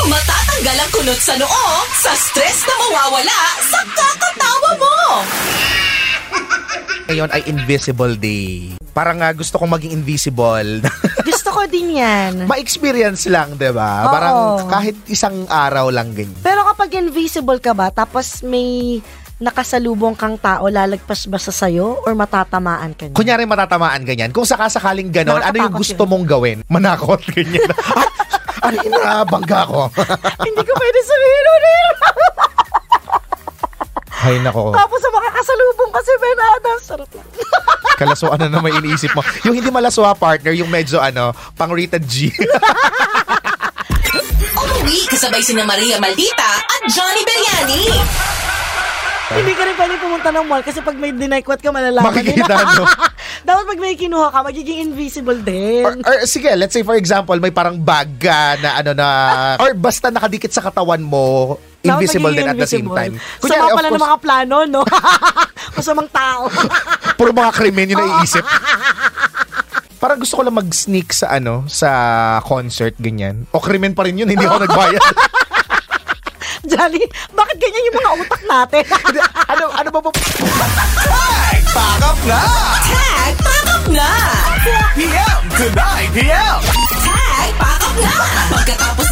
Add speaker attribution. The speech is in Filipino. Speaker 1: Tanggal ang kunot sa noo sa stress na mawawala sa kakatawa mo.
Speaker 2: Ngayon ay Invisible Day. Parang nga gusto kong maging invisible.
Speaker 3: Gusto ko din yan.
Speaker 2: Ma-experience lang, di ba?
Speaker 3: Oo.
Speaker 2: Parang kahit isang araw lang ganyan.
Speaker 3: Pero kapag invisible ka ba, tapos may nakasalubong kang tao, lalagpas ba sa sayo or matatamaan ka niya?
Speaker 2: Kunyari matatamaan ganyan. Kung sakasakaling ganon, ano yung
Speaker 3: Nakakatakot
Speaker 2: gusto
Speaker 3: yun.
Speaker 2: mong gawin? Manakot ganyan. Ay, ano yun, nabangga ko.
Speaker 3: Hindi ko pwede sabihin ulit.
Speaker 2: Ay, nako.
Speaker 3: Tapos sa mga kasalubong kasi Ben Adams. Sarap lang.
Speaker 2: Kalasuan na ano naman iniisip mo. Yung hindi malaswa partner, yung medyo ano, pang rated G.
Speaker 1: Umuwi kasabay sina Maria Maldita at Johnny Beriani.
Speaker 3: Hindi ka rin pwede pumunta ng mall kasi pag may dinekwat ka, malalaman
Speaker 2: Makikita,
Speaker 3: nila.
Speaker 2: no?
Speaker 3: Dapat pag may kinuha ka, magiging invisible
Speaker 2: or,
Speaker 3: din.
Speaker 2: or sige, let's say for example, may parang bag ka na ano na, or basta nakadikit sa katawan mo,
Speaker 3: Dapat
Speaker 2: invisible din
Speaker 3: magiging
Speaker 2: at the same time.
Speaker 3: invisible. Sama
Speaker 2: of
Speaker 3: pala ng
Speaker 2: course,
Speaker 3: mga plano, no? Masamang tao.
Speaker 2: Puro mga krimen yung naiisip. Parang gusto ko lang mag-sneak sa ano, sa concert, ganyan. O krimen pa rin yun, hindi ako nagbayad.
Speaker 3: Jolly, bakit ganyan yung mga utak natin?
Speaker 2: Hindi, ano, ano ba ba?
Speaker 1: Tag, pakap na!
Speaker 4: 4 p.m. to 9 p.m.
Speaker 1: Tag, pakap na! Pagkatapos